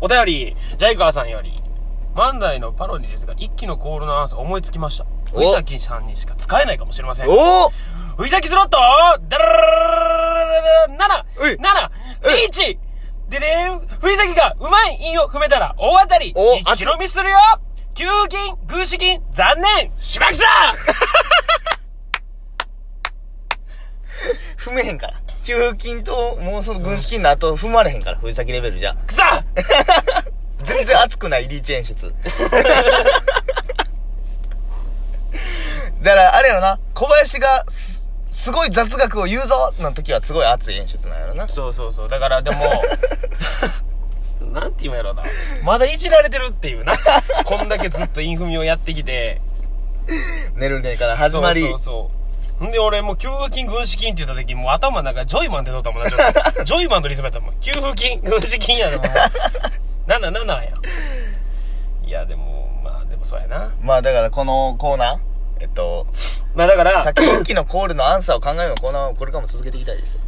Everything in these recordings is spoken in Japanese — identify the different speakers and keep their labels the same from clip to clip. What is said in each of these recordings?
Speaker 1: お便り、ジャイカーさんより、漫才のパロディですが、一期のコールのアナウンス思いつきました。
Speaker 2: お
Speaker 1: 藤崎さんにしか使えないかもしれません。
Speaker 2: お
Speaker 1: 藤崎スロットダラララララララ
Speaker 2: うい
Speaker 1: !7! 七リーチでれーん藤崎がうまい韻を踏めたら大当たり
Speaker 2: お
Speaker 1: 一気飲みするよ給金、偶資金、残念しまくぞ
Speaker 2: 踏めへんから。給金と、もうその軍資金の後、踏まれへんから、藤崎レベルじゃ。
Speaker 1: くそ
Speaker 2: 全然熱くないリーチ演出。だから、あれやろな、小林がす、すごい雑学を言うぞの時はすごい熱い演出なんやろな。
Speaker 1: そうそうそう。だから、でも、なんて言うんやろうな。まだいじられてるっていうな。こんだけずっとインフミをやってきて。
Speaker 2: 寝るねから始まり、
Speaker 1: そうそうそう。んで、俺もう、給付金、軍資金って言った時、もう頭の中、ジョイマンって取ったもんな、ちょ っとジョイマンのリズムやったもん。給付金、軍資金やろ、もう。7、7や。いや、でも、まあ、でもそうやな。
Speaker 2: まあだからこのコーナー、えっと、
Speaker 1: まあ、だから、
Speaker 2: 先々のコールのアンサーを考えるのコーナーをこれからも続けていきたいですよ。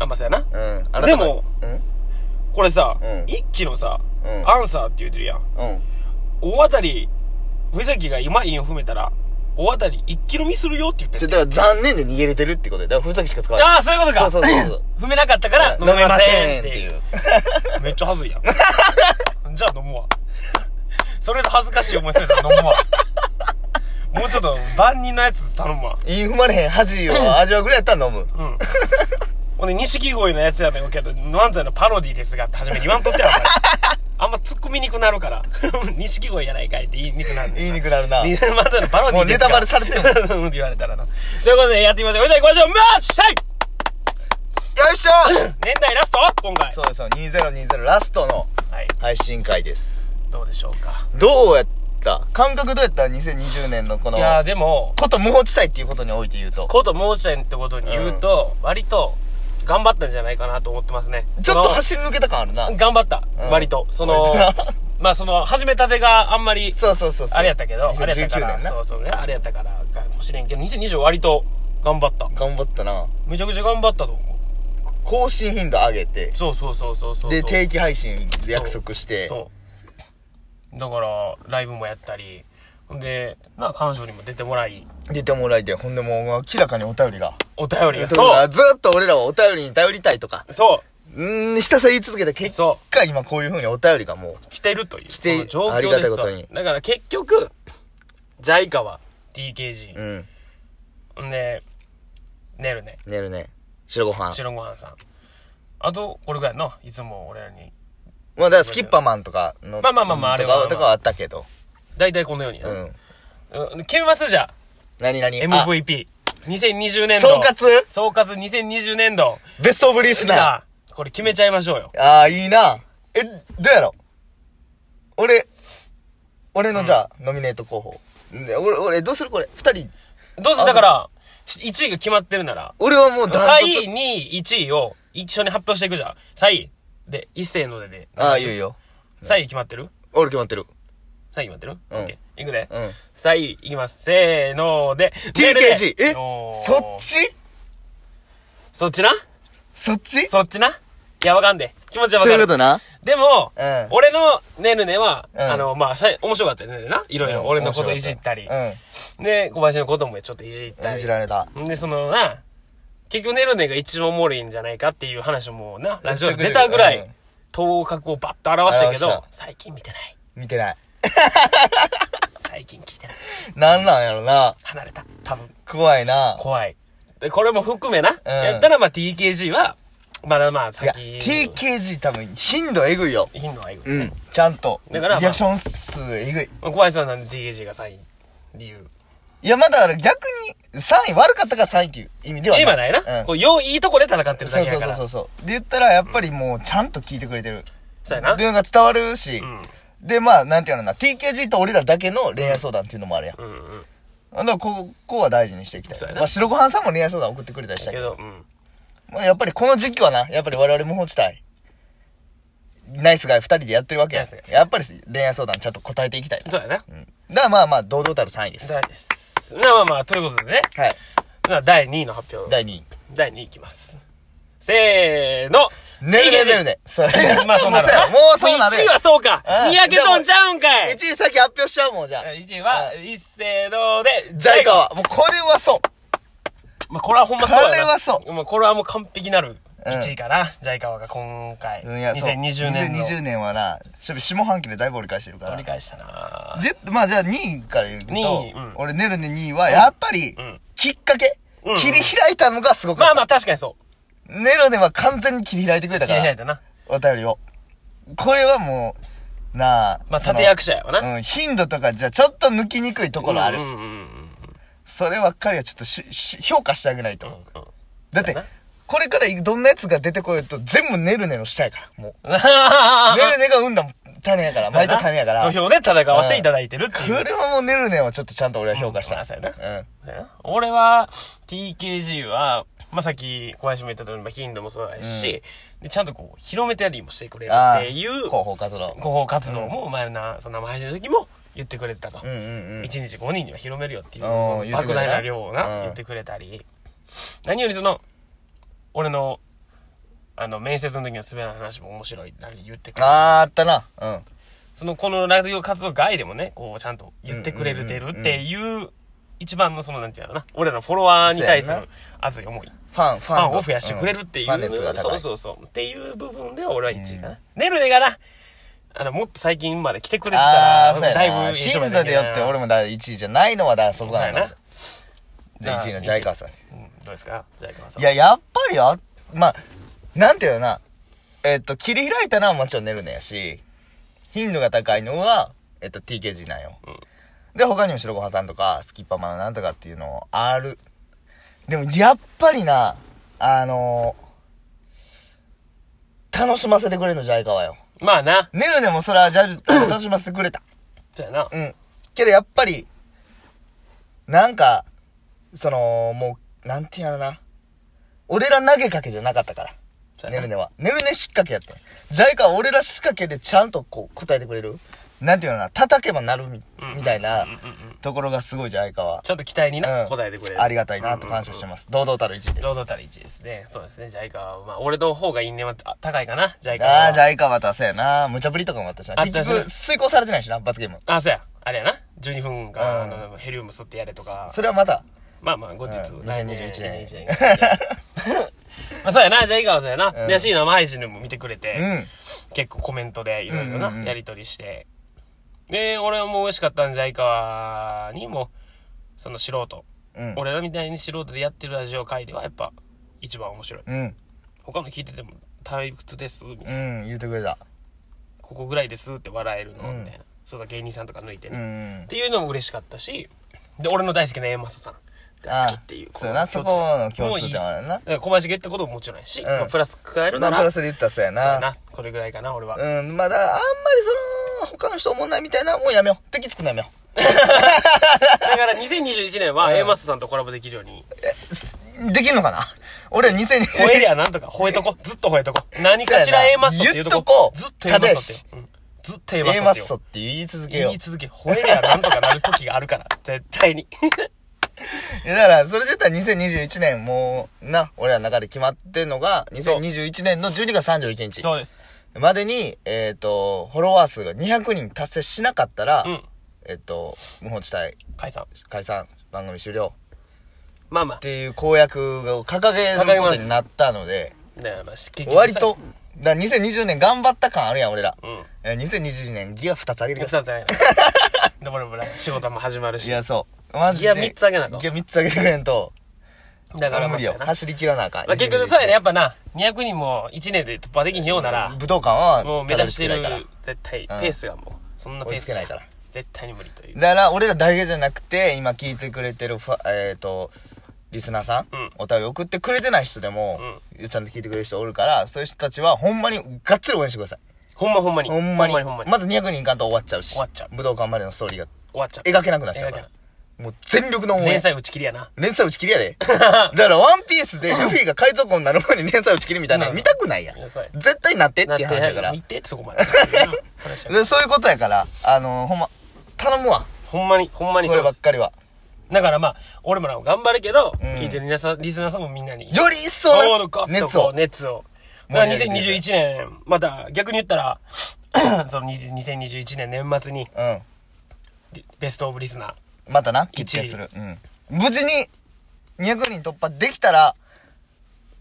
Speaker 1: あ、まあ、そうやな。
Speaker 2: うん。改め
Speaker 1: でも、
Speaker 2: うん
Speaker 1: これさ、
Speaker 2: うん
Speaker 1: 一期のさ、
Speaker 2: うん
Speaker 1: アンサーって言うてるやん。
Speaker 2: うん。
Speaker 1: 大当たり、藤崎が今インを踏めたら、大当たり1キロミするよって言って
Speaker 2: ちょ、
Speaker 1: る。
Speaker 2: だから残念で逃げれてるってことで、だから藤崎しか使わない。
Speaker 1: ああ、そういうことか。
Speaker 2: そうそうそうそう。
Speaker 1: 踏めなかった から、
Speaker 2: 飲めませんっ
Speaker 1: 飲
Speaker 2: て
Speaker 1: め
Speaker 2: い
Speaker 1: ません
Speaker 2: う。
Speaker 1: っていう。めっちゃはずいやん。じゃあ飲むわ。それで恥ずかしい思いするから飲むわ。もうちょっと万人のやつ頼むわ。
Speaker 2: 言い踏まれへん恥を味わうぐらいやったら飲む。
Speaker 1: うん。ほんで、錦鯉のやつやねんけど、漫才のパロディですがって初めに言わんとってやろ、お前あんま突っ込みにくなるから。 錦鯉やないかいって言いにくなるねんな
Speaker 2: 言いにくなるな。
Speaker 1: ねまだのパロディーですから
Speaker 2: もうネタバレされてる
Speaker 1: うんって言われたらな。ということで、やってみましょう。それでは行きましょう。マッシャイ
Speaker 2: よいしょ
Speaker 1: 年内ラスト今回。
Speaker 2: そうですよ、2020ラストの
Speaker 1: はい。
Speaker 2: 配信会です。
Speaker 1: どうでしょうか。
Speaker 2: どうやった感覚どうやった2020年のこの
Speaker 1: い、やーでも、
Speaker 2: こと無法地帯っていうことにおいて言うと。
Speaker 1: こと申したいってことに言うと、割と、頑張ったんじゃないかなと思ってますね。
Speaker 2: ちょっと
Speaker 1: その
Speaker 2: 走り抜けた感あるな。
Speaker 1: 頑張った。割と。その
Speaker 2: 割とな、
Speaker 1: まあその、始めたてがあんまり、
Speaker 2: そうそうそうそう。
Speaker 1: あれやったけど、あれやったか
Speaker 2: 2019
Speaker 1: ら、
Speaker 2: 年な
Speaker 1: そ。うそうね、あれやったからかもしれんけど、2020割と頑張った。
Speaker 2: 頑張ったな。
Speaker 1: めちゃくちゃ頑張ったと思う。
Speaker 2: 更新頻度上げて、
Speaker 1: そうそうそうそうそうそう。
Speaker 2: で、定期配信で約束して、
Speaker 1: そう。だから、ライブもやったり、ほんで、な、彼女にも出てもらい、
Speaker 2: 出てもらいて、ほんでもう明らかにお便りが。
Speaker 1: お便りが、
Speaker 2: ず
Speaker 1: そう
Speaker 2: っと俺らはお便りに頼りたいとか、
Speaker 1: そう
Speaker 2: ーん、ひたすら言い続けた結
Speaker 1: そ
Speaker 2: 果、今こういう風にお便りがもう、
Speaker 1: う来てるという。
Speaker 2: 来て
Speaker 1: この状
Speaker 2: あり
Speaker 1: 況
Speaker 2: が
Speaker 1: で
Speaker 2: たい
Speaker 1: す
Speaker 2: こととに。
Speaker 1: だから結局、ジャイカは TKG
Speaker 2: う。ん、
Speaker 1: ほんで、寝るね。
Speaker 2: 寝るね。白ご飯。
Speaker 1: 白ご飯さん。あと、これぐらいの、いつも俺らに。
Speaker 2: まあ、だからスキッパーマンとかの、
Speaker 1: まあまあまあまああれは
Speaker 2: とかとかはあったけど。
Speaker 1: だいたいこのようにな
Speaker 2: う。ん。
Speaker 1: うん決めますじゃあ
Speaker 2: 何何
Speaker 1: MVP。2020年度。
Speaker 2: 総括
Speaker 1: 総括2020年度。
Speaker 2: ベストオブリスナ
Speaker 1: さあ、これ決めちゃいましょうよ。
Speaker 2: ー。ああ、いいな。え、どうやろ俺、俺のじゃあ、ノミネート候補。で俺、俺、どうするこれ。二人。
Speaker 1: どうせだから、1位が決まってるなら、
Speaker 2: 俺はもうダント
Speaker 1: 3位、
Speaker 2: ツ。
Speaker 1: 2位、1位を一緒に発表していくじゃん。3位。で、一斉のでで。
Speaker 2: ああ、言うよ。
Speaker 1: 3位決まってる
Speaker 2: 俺決まってる。
Speaker 1: ?3 位決まってる
Speaker 2: うん
Speaker 1: オッケー。いくね。
Speaker 2: うん
Speaker 1: 3位いきます。せーので。
Speaker 2: TKG! え
Speaker 1: おー
Speaker 2: そっち
Speaker 1: そっちな
Speaker 2: そっち
Speaker 1: そっちないや、わかんで。気持ちはわ
Speaker 2: そう
Speaker 1: か
Speaker 2: いうこ
Speaker 1: る。
Speaker 2: とな。
Speaker 1: でも
Speaker 2: うん、
Speaker 1: 俺のねるねは、
Speaker 2: ん
Speaker 1: あの、まあ、さい面白かったよねな。いろいろ俺のこといじったり。
Speaker 2: う
Speaker 1: で、小林のこともちょっといじっ
Speaker 2: ん。
Speaker 1: た
Speaker 2: い
Speaker 1: り
Speaker 2: じ。られた。
Speaker 1: で、そのな、結局ネルネが一番おもろいんじゃないかっていう話もな、ラジオで出たぐら
Speaker 2: うん
Speaker 1: い、頭角をバッと表したけ
Speaker 2: 表し
Speaker 1: ど
Speaker 2: た、
Speaker 1: 最近見てない。
Speaker 2: 見てない。
Speaker 1: 最近聞いてない。
Speaker 2: なんなんやろな。
Speaker 1: 離れた。多分、
Speaker 2: 怖いな。
Speaker 1: 怖い。で、これも含めな。やったらまあ TKG は、まだまあ
Speaker 2: いや、
Speaker 1: 先、
Speaker 2: TKG 多分頻度えぐいよ。
Speaker 1: 頻度はえぐ
Speaker 2: う
Speaker 1: い
Speaker 2: ん。ちゃんと。
Speaker 1: だからまあ
Speaker 2: リアクション数えぐい。
Speaker 1: まあ小林さんなんで TKG が3位。理由。
Speaker 2: いや、まだ逆に3位悪かったから3位っていう意味ではない。
Speaker 1: 今ないな。
Speaker 2: うん
Speaker 1: こ。う、よ、いいとこで戦ってる
Speaker 2: そ
Speaker 1: だ
Speaker 2: う
Speaker 1: け
Speaker 2: そ
Speaker 1: や
Speaker 2: う
Speaker 1: か
Speaker 2: そう
Speaker 1: ら。
Speaker 2: そ
Speaker 1: そう
Speaker 2: うそう。で言ったら、やっぱりもうちゃんと聞いてくれてる。
Speaker 1: やな
Speaker 2: ってい。うのが伝わるし。で、まあ、なんていうのかな。TKG と俺らだけの恋愛相談っていうのもあるやん。
Speaker 1: うんうん。
Speaker 2: だから、ここは大事にしていき
Speaker 1: そう
Speaker 2: たい。
Speaker 1: やな
Speaker 2: まあ、白ご飯さんも恋愛相談送ってくれたりした
Speaker 1: け
Speaker 2: けど。
Speaker 1: ど、うん。
Speaker 2: まあ、やっぱりこの時期はな、やっぱり我々無法地帯。ナイスガイ2人でやってるわけや
Speaker 1: ナイスガイ
Speaker 2: やっぱり恋愛相談ちゃんと答えていきたい。
Speaker 1: そうやな。
Speaker 2: うん。だからまあまあ、堂々たる3位です。
Speaker 1: そうです。まあまあまあ、ということでね。
Speaker 2: はい。
Speaker 1: まあ第2位の発表。
Speaker 2: 第2位。
Speaker 1: 第2位いきます。せーの
Speaker 2: 寝るね、寝るね。そう。
Speaker 1: まあそう
Speaker 2: も
Speaker 1: な
Speaker 2: う
Speaker 1: る
Speaker 2: そう やもうそうなる
Speaker 1: 1位はそうか
Speaker 2: うん
Speaker 1: 三宅とんちゃうんかい
Speaker 2: 1位先発表しちゃうもん、じゃあ。
Speaker 1: 1位は、一斉ので、
Speaker 2: ジャイカは。もうこれはそう。
Speaker 1: まあ、これはほんまそうやな。
Speaker 2: これはそう
Speaker 1: まあ、これはもう完璧なる1位かな。ジャイカワが今回、
Speaker 2: うんいやそう
Speaker 1: 2020年の
Speaker 2: 2020年はな、しょ下半期でだいぶ折り返してるから
Speaker 1: 折り。返したな
Speaker 2: で、まあじゃあ2位から言うと、
Speaker 1: 二位うん
Speaker 2: 俺寝るね2位は、やっぱり
Speaker 1: ん、
Speaker 2: きっかけ、
Speaker 1: うん
Speaker 2: 切り開いたのがすごかっ
Speaker 1: ま
Speaker 2: た。
Speaker 1: あまあ確かにそう。
Speaker 2: ネロネは完全に切り開いてくれた
Speaker 1: 切
Speaker 2: か
Speaker 1: り開い
Speaker 2: ら、
Speaker 1: たな。
Speaker 2: お便りを。これはもう、なあ。
Speaker 1: まあ
Speaker 2: その
Speaker 1: 立役者やわな。
Speaker 2: うん、頻度とかじゃちょっと抜きにくいところある。
Speaker 1: うんうんうん
Speaker 2: そればっかりはちょっとしし評価してあげないと。
Speaker 1: うん。
Speaker 2: だって
Speaker 1: そうやな、
Speaker 2: これからどんなやつが出てこようと、全部ネルネの下やから、もう。ネ
Speaker 1: ね
Speaker 2: ルネが生んだ種やから、巻いた種やから。
Speaker 1: 土
Speaker 2: こ
Speaker 1: 俵で戦わせていただいてるっていう。
Speaker 2: れはもうネルネはちょっとちゃんと俺は評価した。
Speaker 1: うんそうや
Speaker 2: うん。
Speaker 1: そうやな俺は、TKG は、まあ、さっき小林も言った通り、まあ、頻度もそうやし、で、ちゃんとこう、広めたりもしてくれる
Speaker 2: ああ
Speaker 1: っていう、
Speaker 2: 広報活動。
Speaker 1: 広報活動も、前な、その生配信の時も言ってくれてたと。
Speaker 2: うんうんう
Speaker 1: 1
Speaker 2: ん。
Speaker 1: 日5人には広めるよっていう、
Speaker 2: うん
Speaker 1: その
Speaker 2: 言ってく
Speaker 1: 莫
Speaker 2: れた
Speaker 1: 大
Speaker 2: ね
Speaker 1: な量をな、
Speaker 2: うん
Speaker 1: 言ってくれたり。何よりその、俺の、あの、面接の時の滑らない話も面白いなり言ってくれる。
Speaker 2: あー、あったな。うん。
Speaker 1: その、このラジオ活動外でもね、こう、ちゃんと言ってくれてるっていう、一番のその、なんていうのかな、俺らのフォロワーに対す
Speaker 2: そうや
Speaker 1: る
Speaker 2: な
Speaker 1: 熱い思い。
Speaker 2: ファン、フ
Speaker 1: ファ
Speaker 2: ァン
Speaker 1: ン
Speaker 2: が。
Speaker 1: を増やしてくれるっていう、
Speaker 2: うんファン熱が高
Speaker 1: そ。
Speaker 2: いう
Speaker 1: そうそう。っていう部分では俺は1位かな。ねるねがな、あの、もっと最近まで来てくれてたら、
Speaker 2: あー、そうや
Speaker 1: だ
Speaker 2: な。
Speaker 1: いぶ印象
Speaker 2: 頻度でよって、俺もだ1位じゃないのはだ、そこ
Speaker 1: そう
Speaker 2: な
Speaker 1: や
Speaker 2: のか
Speaker 1: な
Speaker 2: な。。じゃあ1位のジャイカーさん。い
Speaker 1: うん、どうですかジャイカワさん。
Speaker 2: や、やっぱりあ、まあ、なんていうのかな。えっと、切り開いたのはもちろんネルネやし、頻度が高いのは、えっと、TKG なんよ。で、他にも白ごはさんとか、スキッパマンのなんとかっていうのある。でも、やっぱりな、あのー楽しませてくれるの、ジャイカはよ。
Speaker 1: まあな。
Speaker 2: ネルネもそれはジャジ楽しませてくれた。
Speaker 1: そうやな。
Speaker 2: うん。けどやっぱり、なんか、その、もう、なんてやろな。俺ら投げかけじゃなかったか
Speaker 1: そ
Speaker 2: ら。
Speaker 1: うや
Speaker 2: ね
Speaker 1: な
Speaker 2: るねは。ねるね仕掛けやってん。ジャイカは俺ら仕掛けでちゃんとこう答えてくれる。なんていうのかな。叩けばなるみ、みたいなところがすごいジャイカは。
Speaker 1: ちゃんと期待にな、
Speaker 2: うん
Speaker 1: 答えてくれる。
Speaker 2: ありがたいなと感謝してます。堂々たる1位です。
Speaker 1: 堂々たる1位ですね。そうですね。ジャイカは、まあ、俺の方が因縁はあ高いかな、ジャイカは。
Speaker 2: ああ、ジャイカは出せやな。無茶ぶりとかもあったしな。
Speaker 1: あっ
Speaker 2: 結
Speaker 1: たし
Speaker 2: 局、遂行されてないしな、罰ゲーム。
Speaker 1: あそうや。あれやな。12分間、
Speaker 2: うん
Speaker 1: あのヘリウム吸ってやれとか。
Speaker 2: それはまた、
Speaker 1: まあまあ、後日、
Speaker 2: うん
Speaker 1: 来
Speaker 2: 2021年
Speaker 1: 2021まあ、そうやな。ジャイカはそうやな。で、C の生配信でも見てくれて。
Speaker 2: うん。
Speaker 1: 結構コメントでいろいろ
Speaker 2: うんうんう
Speaker 1: なんやり取りして、で俺はもう美味しかったんじゃいかにもその素人、
Speaker 2: うん
Speaker 1: 俺らみたいに素人でやってるラジオ界ではやっぱ一番面白い、
Speaker 2: うん。
Speaker 1: 他の聞いてても退屈ですみたいな、
Speaker 2: うん、言ってくれた。
Speaker 1: ここぐらいですって笑えるの、みたいなそうだ芸人さんとか抜いて
Speaker 2: う
Speaker 1: ね、っ
Speaker 2: ん。
Speaker 1: ていうのも嬉しかったしで俺の大好きな A マスさんが好きっていう
Speaker 2: ああそうやな、そこの共通点はあるな。
Speaker 1: もういい小林が言ったことももちろんやし、まあプラス加える
Speaker 2: ま
Speaker 1: な
Speaker 2: あ、
Speaker 1: ら、
Speaker 2: プラ
Speaker 1: そ
Speaker 2: スで言ったらそうや
Speaker 1: うや
Speaker 2: な。
Speaker 1: なこれぐらいかな俺は、
Speaker 2: うん、まだ、あんまりその、他の人思んないみたいな、もうやめよう。敵作んのやめよ
Speaker 1: だから2021年は A マスさんとコラボできるように、
Speaker 2: う。できんのかな俺2020
Speaker 1: 吠えりゃなんとか吠えとこ。ずっと吠えとこ。何かしら
Speaker 2: そうやな
Speaker 1: A マストって言うとこ。
Speaker 2: 言っ
Speaker 1: ずっと
Speaker 2: とこう
Speaker 1: A マストって。うんずっと A マス
Speaker 2: A
Speaker 1: ト
Speaker 2: マ
Speaker 1: って
Speaker 2: ッ
Speaker 1: よ
Speaker 2: ソって言い続けよう。
Speaker 1: 言い続け。吠えりゃなんとかなる時があるから。絶対 に。
Speaker 2: いやだから、それで言ったら2021年、もう、な、俺らの中で決まってんのが、2021年の12月31日
Speaker 1: そうです。
Speaker 2: までに、えっ、と、フォロワー数が200人達成しなかったら、
Speaker 1: うん
Speaker 2: えっ、と、無法地帯
Speaker 1: 解散。
Speaker 2: 解散、番組終了。
Speaker 1: まあま
Speaker 2: っていう公約を掲げることになったので、
Speaker 1: あ。だからまあ結局さ
Speaker 2: 割と、だから2020年頑張った感あるやん、俺ら。
Speaker 1: うん。
Speaker 2: えー2022年ギア2つ上げて
Speaker 1: 二
Speaker 2: くだ
Speaker 1: つじ
Speaker 2: さ
Speaker 1: ゃ ないの。でも俺も仕事も始まる
Speaker 2: い。
Speaker 1: し。
Speaker 2: い
Speaker 1: だ
Speaker 2: や、そう。マジで。
Speaker 1: ギア三つ上げなあかん
Speaker 2: ギア3つ上げてくれんと。
Speaker 1: からま
Speaker 2: 無
Speaker 1: あそ
Speaker 2: 理
Speaker 1: う
Speaker 2: よ
Speaker 1: や。な
Speaker 2: 走り切らなあかん。
Speaker 1: まあ結局そうやね。やっぱな、200人も1年で突破できひんようなら、
Speaker 2: 武道館は、
Speaker 1: もう目指してる
Speaker 2: ただでつけない、
Speaker 1: 絶対、ペースがもう、そんなペースじゃ
Speaker 2: 追いつけないから
Speaker 1: 絶対に無理という。
Speaker 2: から。だから、俺らだけじゃなくて、今聞いてくれてるファ、えっ、と、リスナーさん、
Speaker 1: うん
Speaker 2: お便り送ってくれてない人でも、ちゃんと聞いてくれる人おるから、そういう人たちは、ほんまに、がっつり応援してください。
Speaker 1: ほんまほんまに。
Speaker 2: ほんまに。
Speaker 1: ほんまにほんまに。
Speaker 2: まず200人いかんと終わっちゃうし。
Speaker 1: 終わっちゃう
Speaker 2: 武道館までのストーリーが
Speaker 1: 終わっちゃう。
Speaker 2: 描けなくなっちゃ
Speaker 1: 描
Speaker 2: う
Speaker 1: け
Speaker 2: から
Speaker 1: な。
Speaker 2: もう全力の応
Speaker 1: い連
Speaker 2: 援。
Speaker 1: 載打ち切りやな。
Speaker 2: 連載打ち切り やで。だからワンピースでルフィが海賊王になる前に連載打ち切りみたいなの見たくないやん
Speaker 1: いやそうや。
Speaker 2: 絶対なってって
Speaker 1: なっ
Speaker 2: いう
Speaker 1: て
Speaker 2: 話だから。
Speaker 1: 見てそこま でっていう話や
Speaker 2: でそういうことやから、あのほんま、頼むわ。
Speaker 1: ほんまにほんまに
Speaker 2: こ
Speaker 1: そ
Speaker 2: れ
Speaker 1: うで
Speaker 2: ばっ
Speaker 1: す
Speaker 2: かりは。
Speaker 1: だからまあ俺もらも頑張るけど、聞いてる皆さんリスナーさんもみんなに
Speaker 2: より一層
Speaker 1: そう
Speaker 2: な
Speaker 1: 熱
Speaker 2: 熱
Speaker 1: を
Speaker 2: を。
Speaker 1: 熱をだから
Speaker 2: 盛り上げて
Speaker 1: 2021
Speaker 2: い
Speaker 1: 年、また逆に言ったら、 その20 2021年年末に
Speaker 2: うん。
Speaker 1: リベストオブリスナー。
Speaker 2: またな、決定する。うん。無事に、200人突破できたら、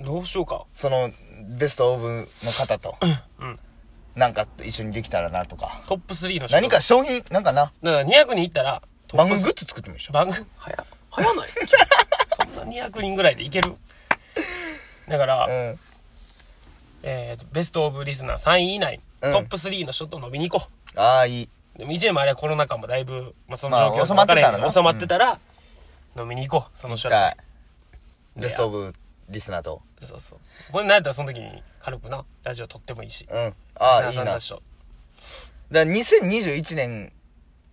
Speaker 1: どうしようか。
Speaker 2: その、ベストオブの方と、
Speaker 1: うん。
Speaker 2: なんか一緒にできたらなとか。
Speaker 1: トップ3の人
Speaker 2: 何か商品、なんかな、
Speaker 1: だから200人いったら、トッ
Speaker 2: 番
Speaker 1: プ
Speaker 2: 組
Speaker 1: ス
Speaker 2: グッズ作ってもいいでしょ。
Speaker 1: 番組、早、早ない そんな200人ぐらいでいけるだから、
Speaker 2: うん。
Speaker 1: えーベストオブリスナー3位以内、
Speaker 2: うん
Speaker 1: トップ3の人と飲みに行こう。
Speaker 2: ああ、いい。
Speaker 1: でも1年もあれはコロナ禍もだいぶ、まあ、その
Speaker 2: まあ
Speaker 1: 状況
Speaker 2: 収まっ
Speaker 1: 分
Speaker 2: てたらな
Speaker 1: からへん収まってたら、飲みに行こう、その
Speaker 2: 行き
Speaker 1: 人
Speaker 2: た
Speaker 1: ら
Speaker 2: い。ベストオブリスナーと。
Speaker 1: そうそう。これなんやったらその時に軽くな、ラジオ撮ってもいいし。
Speaker 2: うん。ああ、
Speaker 1: リ
Speaker 2: い
Speaker 1: スナーさ
Speaker 2: い
Speaker 1: ん
Speaker 2: な
Speaker 1: た。ちと
Speaker 2: だから2021年、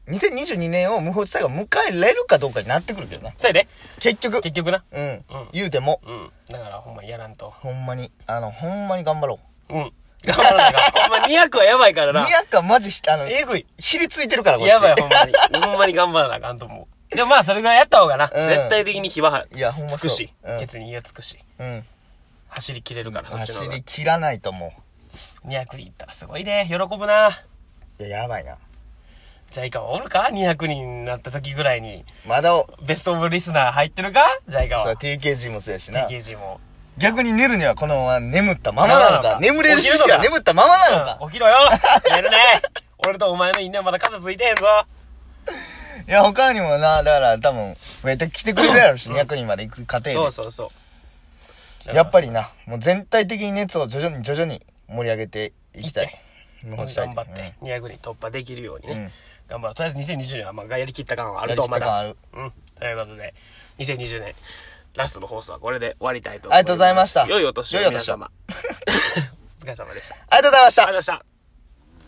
Speaker 2: 2022年を無法地帯が迎えれるかどうかになってくるけどな。
Speaker 1: それで、
Speaker 2: 結局。
Speaker 1: 結局な。
Speaker 2: うん。
Speaker 1: うん
Speaker 2: 言うても、
Speaker 1: うん。だからほんまにやらんと。
Speaker 2: ほんまに、あの、ほんまに頑張ろう。
Speaker 1: うん。頑張らなあかん。ほんま200はやばいからな。
Speaker 2: 200かマジひ、あの、
Speaker 1: えぐい。
Speaker 2: ひりついてるから、こっち。
Speaker 1: やばい、ほんまに。ほんまに頑張らなあかんと思う。でもまあ、それぐらいやった方がな。絶対的に火は、
Speaker 2: いやほんまそう
Speaker 1: つくし
Speaker 2: うん。
Speaker 1: ケツに火がつくし。
Speaker 2: うん。
Speaker 1: 走り切れるから、そっちの
Speaker 2: 走
Speaker 1: 方が
Speaker 2: り。切らないとも
Speaker 1: 200人いったらすごいね。喜ぶな。
Speaker 2: う。いや、やばいな。
Speaker 1: じゃあ、いかはおるか ?200 人になった時ぐらいに。
Speaker 2: まだ、そ
Speaker 1: ベストオブリスナー入ってるかじゃあ、いか
Speaker 2: う、
Speaker 1: は。
Speaker 2: TKG もそうやしな。
Speaker 1: TKG も。
Speaker 2: 逆に寝るにはこのまま眠ったままなのか。
Speaker 1: ままなのか
Speaker 2: 眠れる獅子は
Speaker 1: 起きるのか
Speaker 2: 眠ったままなのか。
Speaker 1: うん起きろよ寝るね俺とお前の因縁まだ肩ついてへんぞ
Speaker 2: いや、他にもな、だから多分、増えてきてくれるやろし、200人まで行く過程で
Speaker 1: そう。そうそう。
Speaker 2: やっぱ
Speaker 1: り。
Speaker 2: りな、もう全体的に熱を徐々に徐々に盛り上げていきたい。もう
Speaker 1: 頑張って。200人突破できるようにね。頑張ろう。とりあえず2020年はまあやりきった感はあるとまだ。
Speaker 2: やりきった
Speaker 1: うん。ということで、2020年ラストの放送はこれで終わりたいと思います。
Speaker 2: ありがとうございました
Speaker 1: 良いお年を
Speaker 2: 良いお
Speaker 1: 皆
Speaker 2: 年を
Speaker 1: 様。お疲れ様でした。ありがとう
Speaker 2: ありがとうございました
Speaker 1: ござい。ました。